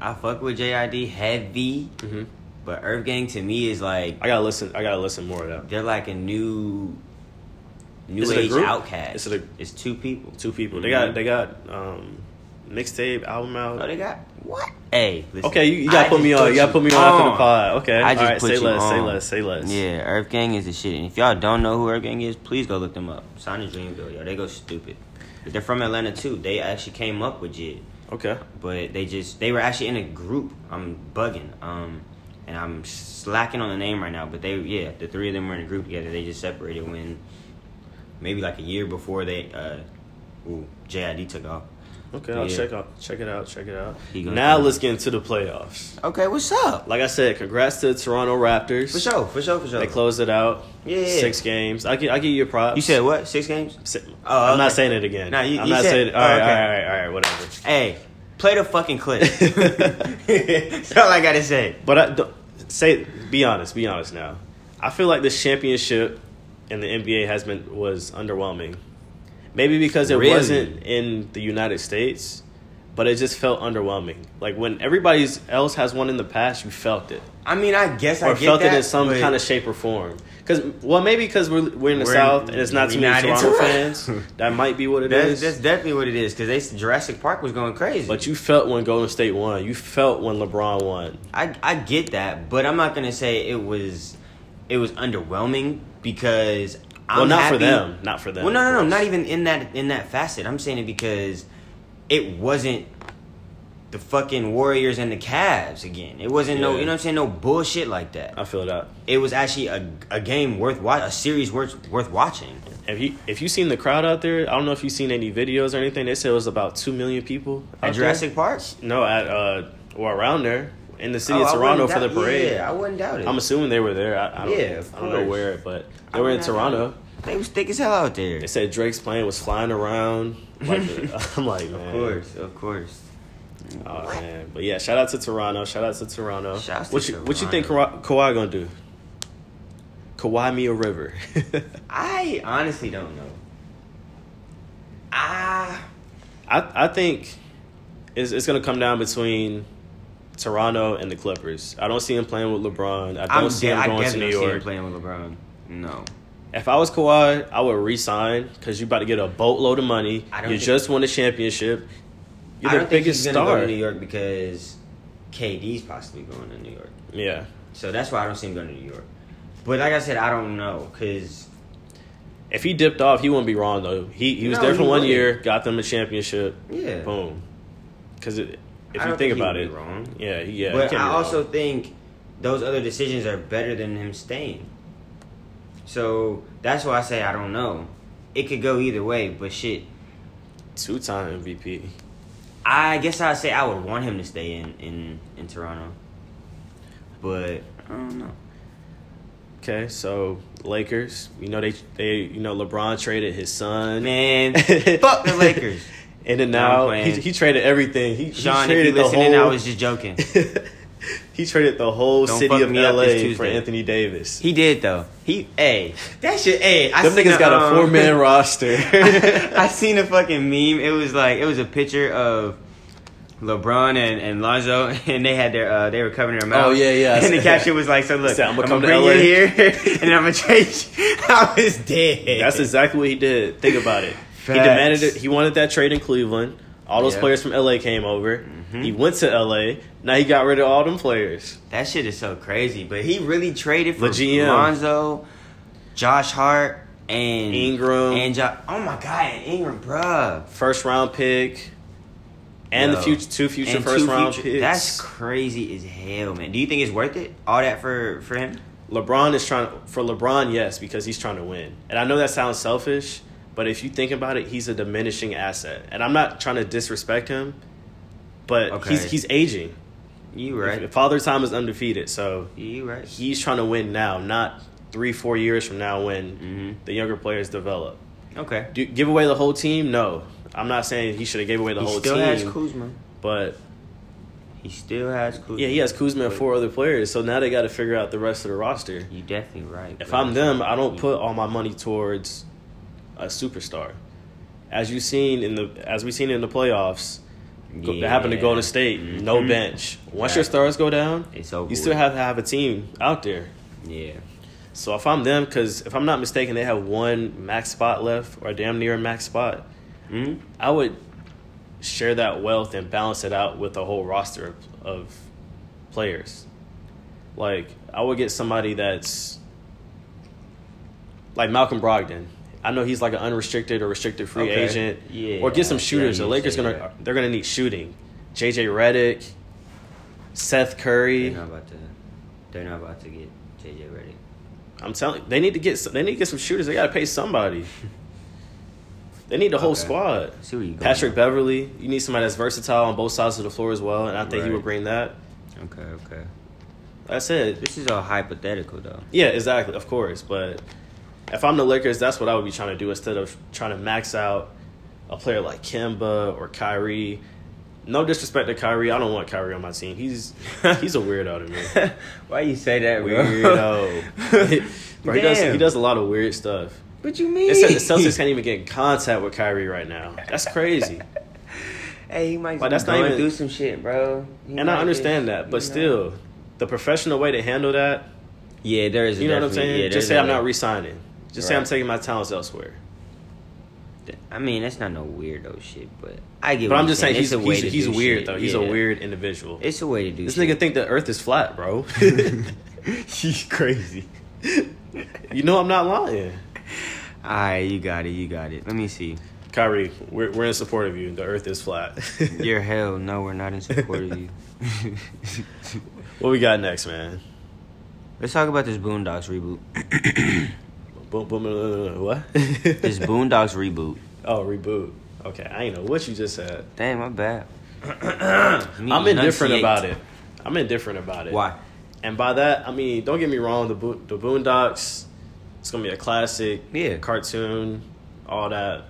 Speaker 2: I fuck with JID heavy,
Speaker 1: hmm
Speaker 2: but Earth Gang to me is like
Speaker 1: I gotta listen. I gotta listen more of that.
Speaker 2: they're like a new new
Speaker 1: Is it a
Speaker 2: age
Speaker 1: group?
Speaker 2: outcast.
Speaker 1: Is it a-
Speaker 2: it's two people.
Speaker 1: Two people. They got. They got um, mixtape album out.
Speaker 2: Mm-hmm. Oh, they got what? Hey, listen,
Speaker 1: okay, you, you gotta
Speaker 2: I
Speaker 1: put me
Speaker 2: just Oh.
Speaker 1: on. You gotta put me on after the pod. Okay.
Speaker 2: I just
Speaker 1: All right.
Speaker 2: put
Speaker 1: say
Speaker 2: you
Speaker 1: less. Say
Speaker 2: on.
Speaker 1: less. Say less.
Speaker 2: Yeah, Earth Gang is the shit. And if y'all don't know who Earth Gang is, please go look them up. Sign in Dreamville, yo. They go stupid. But they're from Atlanta too. They actually came up with Jid,
Speaker 1: Okay.
Speaker 2: but they just they were actually in a group. I'm bugging, um, and I'm slacking on the name right now. But they yeah, the three of them were in a group together. They just separated when maybe like a year before they uh, ooh, JID took off.
Speaker 1: Okay. I'll
Speaker 2: Yeah.
Speaker 1: check out. Check it out. Check it out.
Speaker 2: He gonna
Speaker 1: Now
Speaker 2: come.
Speaker 1: let's get into the playoffs.
Speaker 2: Okay, what's up?
Speaker 1: Like I said, congrats to the Toronto Raptors.
Speaker 2: For sure, for sure, for sure.
Speaker 1: They closed it out.
Speaker 2: Yeah, yeah.
Speaker 1: Six games. I give, I give you your props.
Speaker 2: You said what? Six games?
Speaker 1: Si-
Speaker 2: Oh,
Speaker 1: I'm not
Speaker 2: okay.
Speaker 1: saying it again.
Speaker 2: Nah, you-
Speaker 1: I'm
Speaker 2: you
Speaker 1: not
Speaker 2: said-
Speaker 1: saying it.
Speaker 2: oh,
Speaker 1: All right, all
Speaker 2: okay.
Speaker 1: right, all right, all right, whatever.
Speaker 2: Hey, play the fucking clip. That's all I gotta say.
Speaker 1: But I don't, say, be honest, be honest now. I feel like this championship in the NBA has been was underwhelming. Maybe because it
Speaker 2: Really?
Speaker 1: wasn't in the United States, but it just felt underwhelming. Like when everybody else has one in the past, you felt it
Speaker 2: I mean, I guess I
Speaker 1: or
Speaker 2: get
Speaker 1: felt
Speaker 2: that,
Speaker 1: it in some
Speaker 2: but
Speaker 1: kind of shape or form. Because well, maybe because we're we're in the
Speaker 2: We're in-
Speaker 1: South and it's not too many
Speaker 2: we're not in
Speaker 1: Toronto
Speaker 2: Toronto.
Speaker 1: fans. That might be what it is.
Speaker 2: That's, that's definitely what it is because they Jurassic Park was going crazy.
Speaker 1: But you felt when Golden State won. You felt when LeBron won.
Speaker 2: I I get that, but I'm not gonna say it was it was underwhelming because I'm
Speaker 1: Well, not for
Speaker 2: happy-
Speaker 1: them. Not for them.
Speaker 2: Well, no,
Speaker 1: of
Speaker 2: no, no,
Speaker 1: course.
Speaker 2: not even in that in that facet. I'm saying it because it wasn't the fucking Warriors and the Cavs again. It wasn't no,
Speaker 1: Yeah.
Speaker 2: you know what I'm saying, no bullshit like that.
Speaker 1: I feel it out.
Speaker 2: it was actually a, a game worth watch, a series worth worth watching.
Speaker 1: If you if you seen the crowd out there, I don't know if you seen any videos or anything. They said it was about two million people
Speaker 2: At
Speaker 1: out
Speaker 2: Jurassic Park,
Speaker 1: There. No, at uh or around there in the city
Speaker 2: Oh,
Speaker 1: of
Speaker 2: I
Speaker 1: Toronto
Speaker 2: wouldn't
Speaker 1: for the
Speaker 2: doubt-
Speaker 1: parade.
Speaker 2: Yeah, I wouldn't doubt it.
Speaker 1: I'm assuming they were there. I, I don't,
Speaker 2: Yeah, of
Speaker 1: I don't know
Speaker 2: course.
Speaker 1: where, but
Speaker 2: I
Speaker 1: they were in
Speaker 2: wouldn't doubt
Speaker 1: Toronto.
Speaker 2: it. They was thick as hell out there.
Speaker 1: They said Drake's plane was flying around. Like the, I'm like, man.
Speaker 2: Of course, of course.
Speaker 1: Oh man, but yeah, shout out to Toronto. Shout out to Toronto.
Speaker 2: Shout out to
Speaker 1: what you what you think
Speaker 2: Toronto.
Speaker 1: Kawhi, Kawhi gonna do? Kawhi me a river.
Speaker 2: I honestly don't know. Ah,
Speaker 1: I I think it's it's gonna come down between Toronto and the Clippers. I don't see him playing with LeBron. I don't
Speaker 2: I'm
Speaker 1: see
Speaker 2: de-
Speaker 1: him
Speaker 2: I
Speaker 1: going to
Speaker 2: definitely
Speaker 1: New
Speaker 2: don't see him
Speaker 1: York.
Speaker 2: playing with LeBron. No,
Speaker 1: If I was Kawhi, I would resign because you about to get a boatload of money.
Speaker 2: I don't
Speaker 1: You
Speaker 2: think-
Speaker 1: just won a championship. You're
Speaker 2: I
Speaker 1: the
Speaker 2: don't think
Speaker 1: biggest
Speaker 2: he's gonna
Speaker 1: star.
Speaker 2: go to New York because KD's possibly going to New York.
Speaker 1: Yeah,
Speaker 2: So that's why I don't see him going to New York. But like I said, I don't know because
Speaker 1: if he dipped off, he wouldn't be wrong though. He he was
Speaker 2: No,
Speaker 1: there for
Speaker 2: he
Speaker 1: one
Speaker 2: wouldn't.
Speaker 1: year, got them a championship.
Speaker 2: yeah,
Speaker 1: Boom. Because it, If
Speaker 2: I
Speaker 1: you
Speaker 2: don't
Speaker 1: think
Speaker 2: he
Speaker 1: about
Speaker 2: would
Speaker 1: it,
Speaker 2: be wrong.
Speaker 1: yeah, he- yeah. he
Speaker 2: but
Speaker 1: can't
Speaker 2: I
Speaker 1: be
Speaker 2: also
Speaker 1: wrong.
Speaker 2: think those other decisions are better than him staying. So that's why I say I don't know. It could go either way, but shit.
Speaker 1: two-time MVP.
Speaker 2: I guess I'd say I would want him to stay in in, in Toronto. But I don't know.
Speaker 1: Okay, so Lakers, you know they they you know LeBron traded his son.
Speaker 2: Man, fuck the Lakers.
Speaker 1: And then
Speaker 2: Nah, I'm
Speaker 1: now he,
Speaker 2: playing.
Speaker 1: he traded everything. He,
Speaker 2: Sean,
Speaker 1: he
Speaker 2: if you
Speaker 1: traded the
Speaker 2: listening,
Speaker 1: whole.
Speaker 2: I was just joking.
Speaker 1: he traded the whole
Speaker 2: Don't fuck
Speaker 1: city of
Speaker 2: me up, it's
Speaker 1: LA for
Speaker 2: Tuesday.
Speaker 1: Anthony Davis.
Speaker 2: He did though. He hey, that shit hey. I
Speaker 1: Them
Speaker 2: seen
Speaker 1: niggas got a
Speaker 2: um,
Speaker 1: four man roster.
Speaker 2: I seen a fucking meme. It was like it was a picture of LeBron and, and Lonzo, and they had their uh, they were covering their mouth.
Speaker 1: Oh, yeah, yeah.
Speaker 2: And the caption was like, "So look,
Speaker 1: Said,
Speaker 2: I'm
Speaker 1: "I'ma
Speaker 2: gonna,
Speaker 1: come to
Speaker 2: bring you
Speaker 1: LA."
Speaker 2: here, and I'm gonna trade you." I was dead.
Speaker 1: That's exactly what he did. Think about it. He
Speaker 2: Facts.
Speaker 1: demanded it. He wanted that trade in Cleveland. All those
Speaker 2: Yeah.
Speaker 1: players from LA came over.
Speaker 2: Mm-hmm.
Speaker 1: He went to LA. Now he got rid of all them players.
Speaker 2: that shit is so crazy. But he really traded for
Speaker 1: The GM.
Speaker 2: Lonzo, Josh Hart, and
Speaker 1: Ingram.
Speaker 2: and jo- oh my god, and Ingram, bruh.
Speaker 1: First round pick. And the
Speaker 2: Yo.
Speaker 1: future, two future
Speaker 2: And
Speaker 1: first
Speaker 2: two
Speaker 1: round
Speaker 2: future-
Speaker 1: picks.
Speaker 2: That's crazy as hell, man. Do you think it's worth it? All that for for him?
Speaker 1: LeBron is trying for LeBron, yes, because he's trying to win. And I know that sounds selfish, but if you think about it, he's a diminishing asset. And I'm not trying to disrespect him, but
Speaker 2: Okay.
Speaker 1: he's he's aging.
Speaker 2: You right?
Speaker 1: Father time is undefeated, so
Speaker 2: You right?
Speaker 1: he's trying to win now, not three four years from now when
Speaker 2: Mm-hmm.
Speaker 1: the younger players develop.
Speaker 2: Okay.
Speaker 1: Do, give away the whole team? No, I'm not saying he should have gave away the
Speaker 2: he
Speaker 1: whole
Speaker 2: still
Speaker 1: team,
Speaker 2: has Kuzma.
Speaker 1: but
Speaker 2: He still has Kuzma.
Speaker 1: yeah, he has Kuzma and
Speaker 2: But
Speaker 1: four other players, so now they got to figure out the rest of the roster.
Speaker 2: You definitely right.
Speaker 1: if
Speaker 2: bro.
Speaker 1: I'm them, I don't put all my money towards a superstar. As you seen in the as we seen in the playoffs, go- that happened to
Speaker 2: Yeah.
Speaker 1: Golden State, no
Speaker 2: Mhm.
Speaker 1: bench. Once
Speaker 2: Right.
Speaker 1: your stars go down,
Speaker 2: It's over.
Speaker 1: you still
Speaker 2: with.
Speaker 1: have to have a team out there.
Speaker 2: yeah.
Speaker 1: So if I'm them, because if I'm not mistaken, they have one max spot left or damn near a max spot.
Speaker 2: hmm
Speaker 1: I would share that wealth and balance it out with a whole roster of, of players. Like I would get somebody that's like Malcolm Brogdon. I know he's like an unrestricted or restricted free
Speaker 2: Okay.
Speaker 1: agent.
Speaker 2: Yeah,
Speaker 1: Or get
Speaker 2: yeah,
Speaker 1: some shooters.
Speaker 2: you
Speaker 1: the Lakers
Speaker 2: say
Speaker 1: gonna
Speaker 2: that.
Speaker 1: they're gonna need shooting. JJ Redick, Seth Curry.
Speaker 2: They're not about to. They're not about to get JJ ready.
Speaker 1: I'm telling they need to get some, they need to get some shooters. They gotta pay somebody. they need the whole
Speaker 2: Okay.
Speaker 1: squad.
Speaker 2: See where you go.
Speaker 1: Patrick Beverly, you need somebody that's versatile on both sides of the floor as well, and I think he
Speaker 2: Right.
Speaker 1: would bring that.
Speaker 2: Okay. Okay.
Speaker 1: That's it.
Speaker 2: This is all hypothetical though.
Speaker 1: Yeah, exactly, of course. But if I'm the Lakers, that's what I would be trying to do instead of trying to max out a player like Kemba or Kyrie. No disrespect to Kyrie, I don't want Kyrie on my team. He's he's a weirdo to me.
Speaker 2: Why you say that, bro?
Speaker 1: Weirdo. Bro, he does
Speaker 2: Damn.
Speaker 1: he does a lot of weird stuff.
Speaker 2: What you mean?
Speaker 1: It said the Celtics can't even get in contact with Kyrie right now. That's crazy.
Speaker 2: Hey, he might
Speaker 1: But that's
Speaker 2: be
Speaker 1: not
Speaker 2: going
Speaker 1: even-
Speaker 2: through some shit, bro. He
Speaker 1: And I
Speaker 2: might
Speaker 1: understand
Speaker 2: just,
Speaker 1: that,
Speaker 2: you
Speaker 1: but
Speaker 2: know.
Speaker 1: still, the professional way to handle that,
Speaker 2: Yeah, there is.
Speaker 1: you know what I'm
Speaker 2: definitely-
Speaker 1: saying?
Speaker 2: yeah,
Speaker 1: Just
Speaker 2: there's
Speaker 1: say I'm
Speaker 2: a-
Speaker 1: not resigning. Just say I'm
Speaker 2: Right.
Speaker 1: taking my talents elsewhere.
Speaker 2: I mean, that's not no weirdo shit, but I get.
Speaker 1: But
Speaker 2: what
Speaker 1: I'm
Speaker 2: you're
Speaker 1: just saying he's
Speaker 2: It's a way
Speaker 1: he's,
Speaker 2: to
Speaker 1: he's
Speaker 2: do
Speaker 1: weird
Speaker 2: shit.
Speaker 1: though. He's
Speaker 2: Yeah.
Speaker 1: a weird individual.
Speaker 2: It's a way to do.
Speaker 1: this
Speaker 2: shit.
Speaker 1: nigga think the Earth is flat, bro.
Speaker 2: he's crazy.
Speaker 1: you know I'm not lying.
Speaker 2: All right, you got it. You got it. Let me see.
Speaker 1: Kyrie, we're we're in support of you. The Earth is flat.
Speaker 2: You're hell. No, we're not in support of you.
Speaker 1: what we got next, man?
Speaker 2: Let's talk about this Boondocks reboot.
Speaker 1: Boom, boom, uh, what?
Speaker 2: This Boondocks reboot.
Speaker 1: oh, reboot. Okay, I ain't know what you just said.
Speaker 2: Damn, my bad.
Speaker 1: I'm indifferent about it. I'm indifferent about it.
Speaker 2: Why?
Speaker 1: And by that, I mean, don't get me wrong, the, bo- the Boondocks, it's going to be a classic
Speaker 2: Yeah.
Speaker 1: cartoon, all that.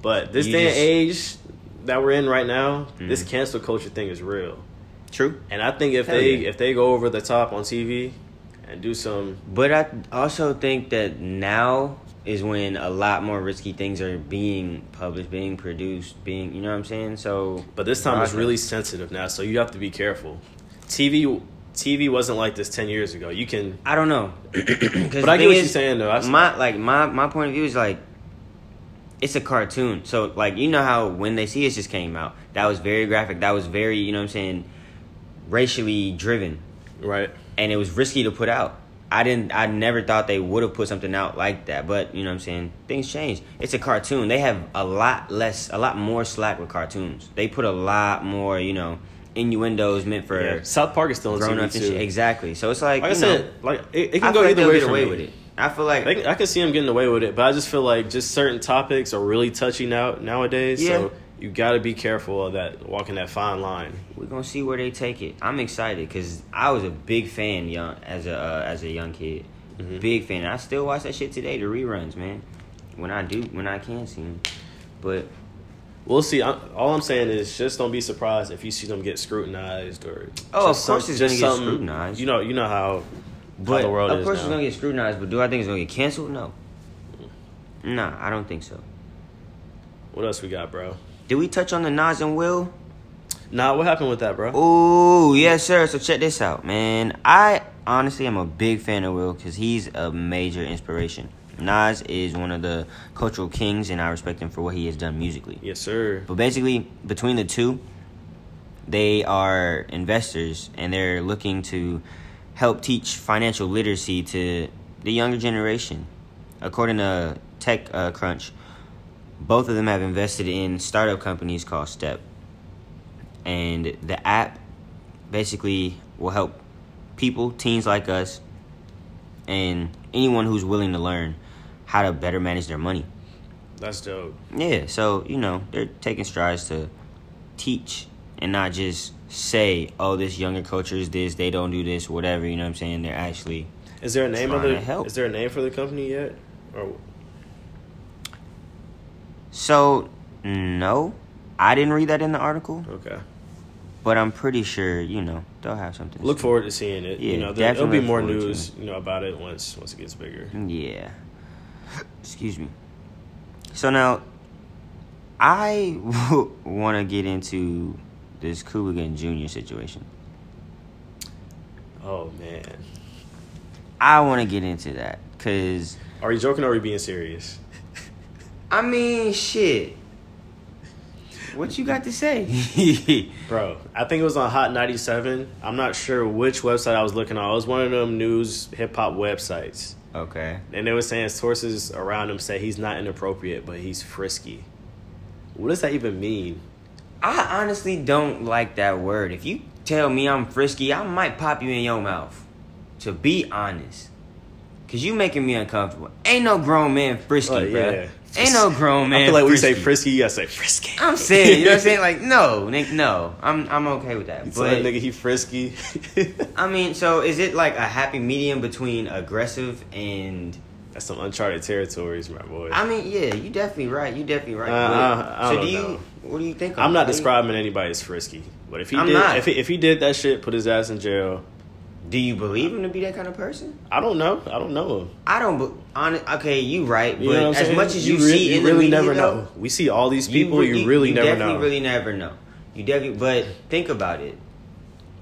Speaker 1: But this
Speaker 2: You
Speaker 1: day
Speaker 2: just- Mm-hmm.
Speaker 1: and age that we're in right now, this cancel culture thing is real.
Speaker 2: True.
Speaker 1: And I think if
Speaker 2: Hell
Speaker 1: they
Speaker 2: yeah.
Speaker 1: if they go over the top on TV and do some
Speaker 2: But I also think that now is when a lot more risky things are being published, being produced, being you know what I'm saying. So,
Speaker 1: But this time it's
Speaker 2: Roger.
Speaker 1: really sensitive now, so you have to be careful. TV TV wasn't like this 10 years ago. You can
Speaker 2: I don't know.
Speaker 1: But I get what you're saying though. I s-
Speaker 2: my like my my point of view is like it's a cartoon so like you know how when they see us just came out that was very graphic that was very you know what i'm saying racially driven
Speaker 1: right.
Speaker 2: and it was risky to put out I didn't. I never thought they would have put something out like that. But you know what I'm saying. Things change. It's a cartoon. They have a lot less, a lot more slack with cartoons. They put a lot more, you know, innuendos meant for
Speaker 1: Yeah. South Park is still on
Speaker 2: grown
Speaker 1: TV
Speaker 2: up and
Speaker 1: too.
Speaker 2: shit. Exactly. So it's like,
Speaker 1: Like I
Speaker 2: you know,
Speaker 1: said, like it, it
Speaker 2: I
Speaker 1: can
Speaker 2: feel
Speaker 1: go
Speaker 2: like
Speaker 1: either
Speaker 2: they'll
Speaker 1: way
Speaker 2: get
Speaker 1: for
Speaker 2: away
Speaker 1: me.
Speaker 2: with it. I feel like
Speaker 1: They, I can see them getting away with it, but I just feel like just certain topics are really touchy now nowadays.
Speaker 2: Yeah.
Speaker 1: So you got to be careful of that, walking that fine line.
Speaker 2: we're gonna see where they take it. I'm excited because I was a big fan young as a uh, as a young kid, big fan. I still watch that shit today. The reruns, man. When I do, when I can see them, but
Speaker 1: We'll see. I, all I'm saying is just don't be surprised if you see them get scrutinized or.
Speaker 2: Oh,
Speaker 1: just
Speaker 2: of course
Speaker 1: some-
Speaker 2: it's gonna
Speaker 1: just
Speaker 2: get
Speaker 1: something-
Speaker 2: scrutinized.
Speaker 1: You know, you know how,
Speaker 2: but
Speaker 1: how the world
Speaker 2: of
Speaker 1: is
Speaker 2: course
Speaker 1: now.
Speaker 2: it's gonna get scrutinized. But do I think it's gonna get canceled? No. Nah, I don't think so.
Speaker 1: what else we got, bro?
Speaker 2: Did we touch on the Nas and Will?
Speaker 1: Nah, what happened with that, bro?
Speaker 2: Oh. Ooh, yes, sir. So check this out, man. I honestly am a big fan of Will because he's a major inspiration. Nas is one of the cultural kings, and I respect him for what he has done musically.
Speaker 1: Yes, sir.
Speaker 2: But basically, between the two, they are investors and they're looking to help teach financial literacy to the younger generation. According to Tech uh, Crunch, both of them have invested in startup companies called Step. And the app basically will help people, teens like us, and anyone who's willing to learn how to better manage their money.
Speaker 1: That's dope.
Speaker 2: Yeah, so you know they're taking strides to teach and not just say, "Oh, this younger culture is this; they don't do this, whatever." You know what I'm saying? They're actually
Speaker 1: Is there a name of
Speaker 2: Trying
Speaker 1: the?
Speaker 2: to help.
Speaker 1: Is there a name for the company yet? Or
Speaker 2: so no, I didn't read that in the article,
Speaker 1: okay.
Speaker 2: but I'm pretty sure you know they'll have something.
Speaker 1: Look forward to seeing it.
Speaker 2: Yeah,
Speaker 1: you know, there, there'll
Speaker 2: definitely
Speaker 1: be
Speaker 2: look
Speaker 1: more
Speaker 2: forward to
Speaker 1: news, you know, about it once once it gets bigger.
Speaker 2: Yeah. Excuse me. So now, I want to get into this Coogan Jr. situation.
Speaker 1: Oh man,
Speaker 2: I want to get into that because.
Speaker 1: are you joking or are you being serious?
Speaker 2: I mean, shit. What you got to say?
Speaker 1: Bro, I think it was on Hot 97. I'm not sure which website I was looking on. It was one of them news hip hop websites.
Speaker 2: okay.
Speaker 1: And they were saying sources around him say he's not inappropriate, but he's frisky. What does that even mean?
Speaker 2: I honestly don't like that word. If you tell me I'm frisky, I might pop you in your mouth. To be honest. Cause you making me uncomfortable. Ain't no grown man frisky,
Speaker 1: Like,
Speaker 2: bro.
Speaker 1: Oh, yeah.
Speaker 2: Ain't no grown man.
Speaker 1: I feel like we
Speaker 2: frisky.
Speaker 1: say frisky, you gotta say frisky.
Speaker 2: I'm saying, you know what I'm saying? Like, no, Nick, no. I'm I'm okay with that.
Speaker 1: You tell that
Speaker 2: But
Speaker 1: nigga he frisky.
Speaker 2: I mean, so is it like a happy medium between aggressive and
Speaker 1: That's some uncharted territories, my boy.
Speaker 2: I mean, yeah, you definitely right. You definitely right.
Speaker 1: Uh,
Speaker 2: But-
Speaker 1: I- I
Speaker 2: so
Speaker 1: don't
Speaker 2: do you?
Speaker 1: know.
Speaker 2: What do you think?
Speaker 1: I'm
Speaker 2: on
Speaker 1: not
Speaker 2: that?
Speaker 1: describing anybody as frisky, but if he
Speaker 2: I'm
Speaker 1: did,
Speaker 2: not.
Speaker 1: if he, if he did that shit, put his ass in jail.
Speaker 2: Do you believe him to be that kind of person?
Speaker 1: I don't know. I don't know him.
Speaker 2: I don't. Be, on, okay, you right. But
Speaker 1: You know what I'm
Speaker 2: as
Speaker 1: saying?
Speaker 2: much as you,
Speaker 1: re-
Speaker 2: see, in the
Speaker 1: really
Speaker 2: media,
Speaker 1: never
Speaker 2: though,
Speaker 1: know. We see all these people. You,
Speaker 2: re-
Speaker 1: really
Speaker 2: you
Speaker 1: never
Speaker 2: definitely
Speaker 1: know.
Speaker 2: Really never know. You definitely. But think about it.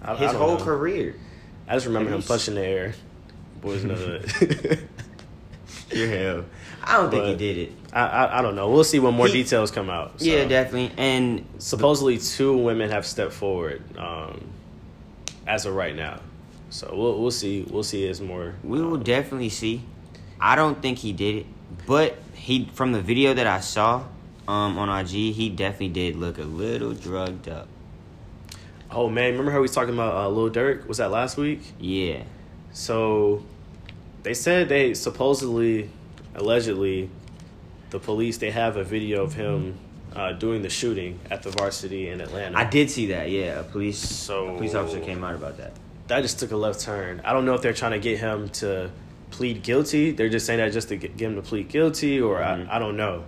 Speaker 1: I, I
Speaker 2: His
Speaker 1: don't
Speaker 2: whole
Speaker 1: know.
Speaker 2: career.
Speaker 1: I just remember him
Speaker 2: Have you
Speaker 1: punching the air. Boys know that.
Speaker 2: Your hell. I don't think he
Speaker 1: But-
Speaker 2: did it.
Speaker 1: I, I I don't know. We'll see when more
Speaker 2: He-
Speaker 1: details come out. So.
Speaker 2: Yeah, definitely. And
Speaker 1: Supposedly, two women have stepped forward, um, as of right now. So we'll we'll see. We'll see as more.
Speaker 2: We will definitely see. I don't think he did it, but he from the video that I saw um, on IG, he definitely did look a little drugged up.
Speaker 1: Oh man, remember how we was talking about uh, Lil Durk? Was that last week?
Speaker 2: Yeah,
Speaker 1: So they said they supposedly, allegedly, the police they have a video of him uh, doing the shooting at the varsity in Atlanta.
Speaker 2: I did see that. Yeah, a police
Speaker 1: So-
Speaker 2: a police officer came out about that.
Speaker 1: That just took a left turn. I don't know if they're trying to get him to plead guilty. They're just saying that just to get, get him to plead guilty, or
Speaker 2: Mhm.
Speaker 1: I, I don't know.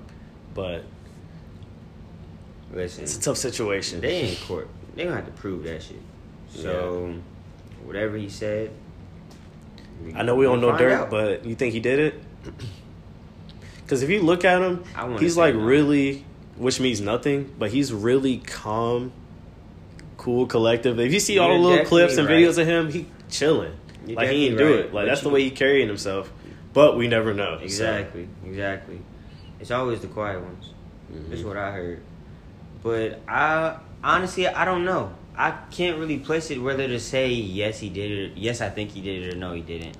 Speaker 1: But it's a
Speaker 2: Listen,
Speaker 1: tough situation.
Speaker 2: they ain't in court. They gonna have to prove that shit. So whatever he said,
Speaker 1: I know we don't know
Speaker 2: find
Speaker 1: Dirk,
Speaker 2: out.
Speaker 1: but you think he did it? Because if you look at him,
Speaker 2: I wanna
Speaker 1: he's
Speaker 2: say
Speaker 1: like
Speaker 2: no.
Speaker 1: really, which means nothing, but he's really calm, cool, collective. If you see all
Speaker 2: You're
Speaker 1: the little clips and
Speaker 2: definitely
Speaker 1: videos of him, he chilling.
Speaker 2: You're
Speaker 1: like he ain't do
Speaker 2: definitely
Speaker 1: it.
Speaker 2: right,
Speaker 1: Like
Speaker 2: but
Speaker 1: that's the
Speaker 2: you-
Speaker 1: way he carrying himself. But we never know. so. Mm-hmm.
Speaker 2: Exactly, exactly. It's always the quiet ones. That's what I heard. But I honestly, I don't know. I can't really place it whether to say yes he did it, yes I think he did it, or no he didn't.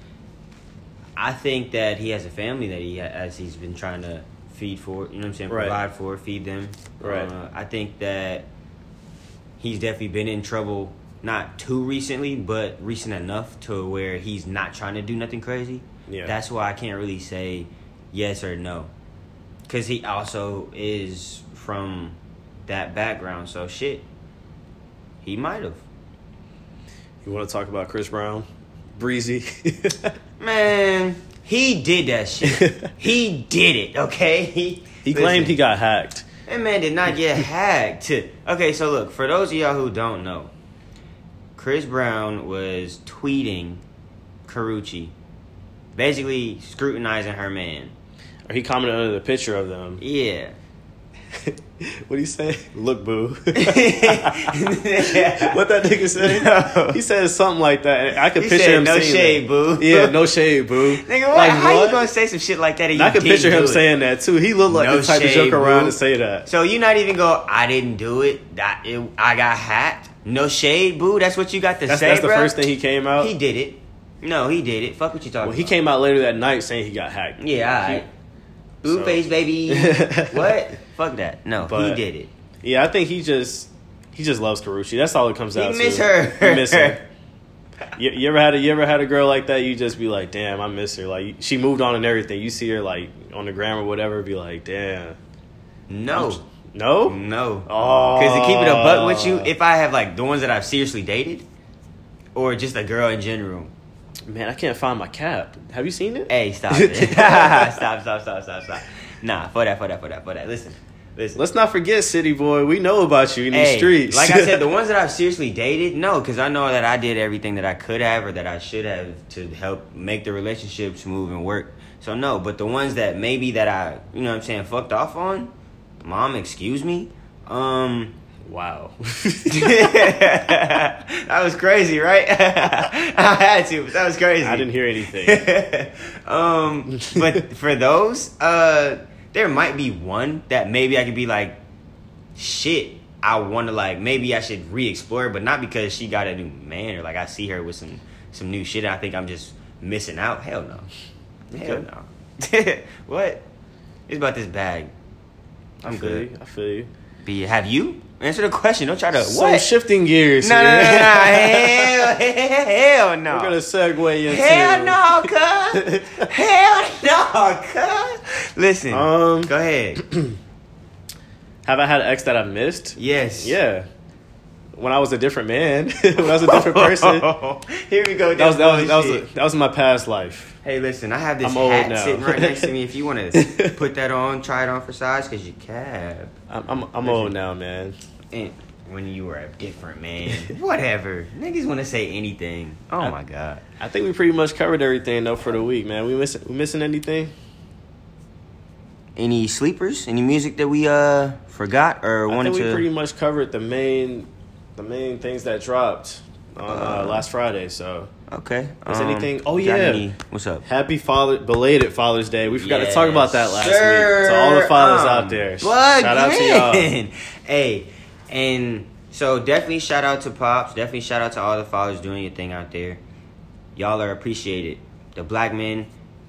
Speaker 2: I think that he has a family that he as he's been trying to feed for. You know what I'm saying?
Speaker 1: Right.
Speaker 2: Provide for, feed them.
Speaker 1: Right.
Speaker 2: Uh, I think that he's definitely been in trouble. Not too recently, but recent enough to where he's not trying to do nothing crazy.
Speaker 1: Yeah.
Speaker 2: That's why I can't really say yes or no, because he also is from that background. So shit, he might have.
Speaker 1: You want to talk about Chris Brown, Breezy?
Speaker 2: Man, he did that shit. he did it, okay? He,
Speaker 1: he claimed he got hacked.
Speaker 2: That man did not get hacked. Okay, so look, for those of y'all who don't know, Chris Brown was tweeting Carucci, basically scrutinizing her man.
Speaker 1: Or he commented under the picture of them.
Speaker 2: Yeah.
Speaker 1: what he say? Look, boo.
Speaker 2: Yeah.
Speaker 1: what that nigga said?
Speaker 2: No.
Speaker 1: He said something like that. and I could
Speaker 2: He
Speaker 1: picture
Speaker 2: said,
Speaker 1: him
Speaker 2: "No
Speaker 1: saying
Speaker 2: shade,
Speaker 1: that.
Speaker 2: boo.
Speaker 1: Yeah, no shade, boo.
Speaker 2: Nigga, what?
Speaker 1: Like,
Speaker 2: How
Speaker 1: what?
Speaker 2: you gonna say some shit like that?
Speaker 1: And
Speaker 2: And you
Speaker 1: I could
Speaker 2: didn't
Speaker 1: picture him
Speaker 2: do it?
Speaker 1: saying that too. He looked like
Speaker 2: No
Speaker 1: the type
Speaker 2: shade,
Speaker 1: of joke around
Speaker 2: boo.
Speaker 1: to say that.
Speaker 2: So you not even go, I didn't do it. That it, I got hacked. No shade, boo. That's what you got to
Speaker 1: That's,
Speaker 2: say,
Speaker 1: that's the
Speaker 2: bruh?
Speaker 1: first thing he came out.
Speaker 2: He did it. No, he did it. Fuck what you talking
Speaker 1: well, he
Speaker 2: about.
Speaker 1: came out later that night saying he got hacked.
Speaker 2: Yeah, all
Speaker 1: He-
Speaker 2: right. Blueface,
Speaker 1: So-
Speaker 2: baby. what? Fuck that. No, he
Speaker 1: But-
Speaker 2: did it.
Speaker 1: yeah, I think he just he just loves Karuchi. That's all it comes
Speaker 2: He
Speaker 1: out
Speaker 2: miss
Speaker 1: to.
Speaker 2: her.
Speaker 1: He miss her. You, you ever had a you ever had a girl like that? You just be like, damn, I miss her. Like she moved on and everything. You see her like on the gram or whatever, be like, damn.
Speaker 2: No.
Speaker 1: No.
Speaker 2: No.
Speaker 1: Oh.
Speaker 2: Because to keep it a buck with you, if I have like the ones that I've seriously dated, or just a girl in general,
Speaker 1: Man, I can't find my cap. Have you seen it?
Speaker 2: hey, stop it. stop, stop, stop, stop, stop. Nah, for that, for that, for that, for that. Listen, listen.
Speaker 1: Let's not forget, City Boy. We know about you in
Speaker 2: Hey,
Speaker 1: these streets.
Speaker 2: Like I said, the ones that I've seriously dated, no, because I know that I did everything that I could have or that I should have to help make the relationship smooth and work. So no, but the ones that maybe that I, you know, what I'm saying, fucked off on, mom, excuse me, um.
Speaker 1: wow.
Speaker 2: that was crazy, right? I had to, but that was crazy.
Speaker 1: I didn't hear anything.
Speaker 2: um, but for those, uh, there might be one that maybe I could be like, shit, I want to like maybe I should re-explore, but not because she got a new man or like I see her with some some new shit. And I think I'm just missing out. Hell no, hell
Speaker 1: Okay.
Speaker 2: no. what? It's about this bag. I'm
Speaker 1: I feel
Speaker 2: good.
Speaker 1: you. I feel you.
Speaker 2: B, have you answer the question? Don't try to
Speaker 1: So
Speaker 2: what?
Speaker 1: shifting gears.
Speaker 2: no, no, no,
Speaker 1: here.
Speaker 2: no, no. hell, hell no.
Speaker 1: We're gonna segue into
Speaker 2: Hell no, cuz. Hell no, cuz. Listen.
Speaker 1: Um,
Speaker 2: go ahead.
Speaker 1: Have I had an ex that I missed?
Speaker 2: Yes.
Speaker 1: Yeah. When I was a different man, when I was a different person. That
Speaker 2: Here we go. with
Speaker 1: was that was, that was,
Speaker 2: bullshit.
Speaker 1: that was my past life.
Speaker 2: hey, listen. I have this
Speaker 1: I'm old
Speaker 2: hat
Speaker 1: now.
Speaker 2: sitting right next to me. If you want to put that on, try it on for size, cause you cab.
Speaker 1: I'm I'm, I'm old now, man.
Speaker 2: And when you were a different man, whatever. Niggas want to say anything. Oh my god.
Speaker 1: I think we pretty much covered everything though for the week, man. We missing we missing anything?
Speaker 2: Any sleepers? Any music that we uh forgot or
Speaker 1: I
Speaker 2: wanted
Speaker 1: think we
Speaker 2: to?
Speaker 1: pretty much covered the main the main things that dropped on uh,
Speaker 2: Uh,
Speaker 1: last Friday. So
Speaker 2: okay. um,
Speaker 1: Is anything- oh,
Speaker 2: you got
Speaker 1: yeah.
Speaker 2: any- what's up?
Speaker 1: happy father belated Father's Day. We forgot to talk
Speaker 2: Yes,
Speaker 1: about that last
Speaker 2: sir.
Speaker 1: week. To all the fathers
Speaker 2: Um,
Speaker 1: out there, sh-
Speaker 2: plug
Speaker 1: shout out to y'all.
Speaker 2: in. Hey, and so definitely shout out to pops. Definitely shout out to all the fathers doing your thing out there. Y'all are appreciated. The black men,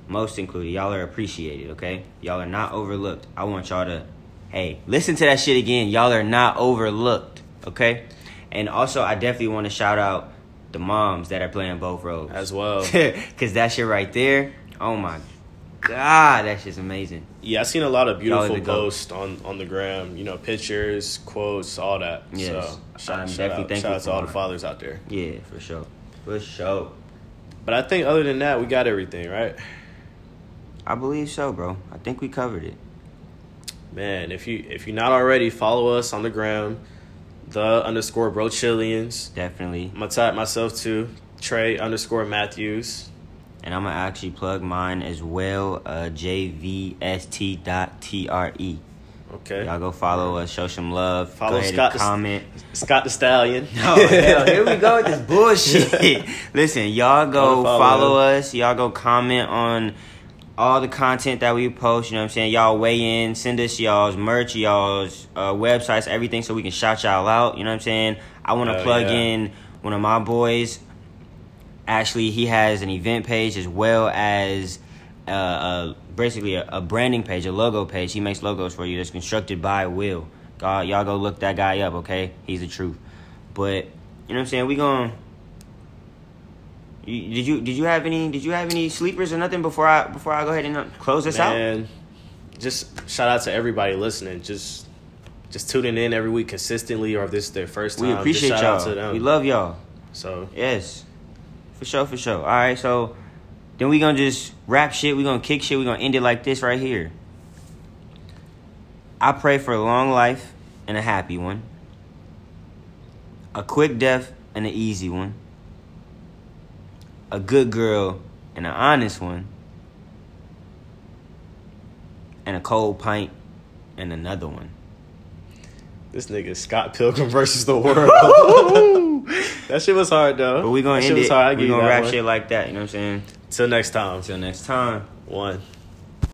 Speaker 2: most included, y'all are appreciated. Okay, y'all are not overlooked. I want y'all to, hey, listen to that shit again. Y'all are not overlooked. Okay, and also I definitely want to shout out the moms that are playing both roles
Speaker 1: as well.
Speaker 2: Cause that shit right there, oh my god, that shit's amazing.
Speaker 1: Yeah, I've seen a lot of
Speaker 2: Y'all
Speaker 1: beautiful
Speaker 2: the goat.
Speaker 1: posts on, on the gram. You know, pictures, quotes, all that.
Speaker 2: Yes.
Speaker 1: So shout,
Speaker 2: I'm
Speaker 1: shout
Speaker 2: definitely
Speaker 1: out,
Speaker 2: thankful
Speaker 1: shout out
Speaker 2: for
Speaker 1: to all the
Speaker 2: mine.
Speaker 1: fathers out there.
Speaker 2: Yeah, for sure. For sure.
Speaker 1: But I think other than that, we got everything right.
Speaker 2: I believe so, bro. I think we covered it.
Speaker 1: Man, if you if you're not already, follow us on the gram, the underscore bro chillians.
Speaker 2: Definitely.
Speaker 1: I'm gonna type myself to Trey underscore Matthews.
Speaker 2: And I'm gonna actually plug mine as well, uh JVST dot T R E.
Speaker 1: Okay.
Speaker 2: Y'all go follow us, show some love,
Speaker 1: Follow
Speaker 2: go ahead
Speaker 1: Scott
Speaker 2: and
Speaker 1: the-
Speaker 2: comment.
Speaker 1: Scott the Stallion.
Speaker 2: Oh, hell, here we go with this bullshit. Listen, y'all go
Speaker 1: Go follow
Speaker 2: follow us. Y'all go comment on all the content that we post. You know what I'm saying? Y'all weigh in, send us y'all's merch, y'all's uh, websites, everything, so we can shout y'all out. You know what I'm saying? I want to
Speaker 1: Hell
Speaker 2: plug
Speaker 1: yeah.
Speaker 2: in one of my boys, Ashley. He has an event page as well as uh, uh, basically a, a branding page, a logo page. He makes logos for you that's constructed by Will. God, y'all go look that guy up, okay? He's the truth. But you know what I'm saying? We going you, did you did you have any did you have any sleepers or nothing before I before I go ahead and uh, close this out?
Speaker 1: Man, just shout out to everybody listening. Just just tuning in every week consistently, or if this is their first time,
Speaker 2: We appreciate
Speaker 1: just shout
Speaker 2: y'all.
Speaker 1: out to them.
Speaker 2: We love y'all.
Speaker 1: so
Speaker 2: Yes. For sure, for sure. All right, so then we gonna just wrap shit. We gonna kick shit. We gonna end it like this right here. I pray for a long life and a happy one, a quick death and an easy one, a good girl and an honest one, and a cold pint and another one.
Speaker 1: this nigga Scott Pilgrim versus the world. that shit was hard though.
Speaker 2: But we gonna
Speaker 1: that
Speaker 2: end
Speaker 1: shit was
Speaker 2: it.
Speaker 1: hard. I give
Speaker 2: We
Speaker 1: you
Speaker 2: gonna
Speaker 1: that
Speaker 2: wrap
Speaker 1: one.
Speaker 2: shit like that. You know what I'm saying?
Speaker 1: Till next time.
Speaker 2: Until next time.
Speaker 1: One.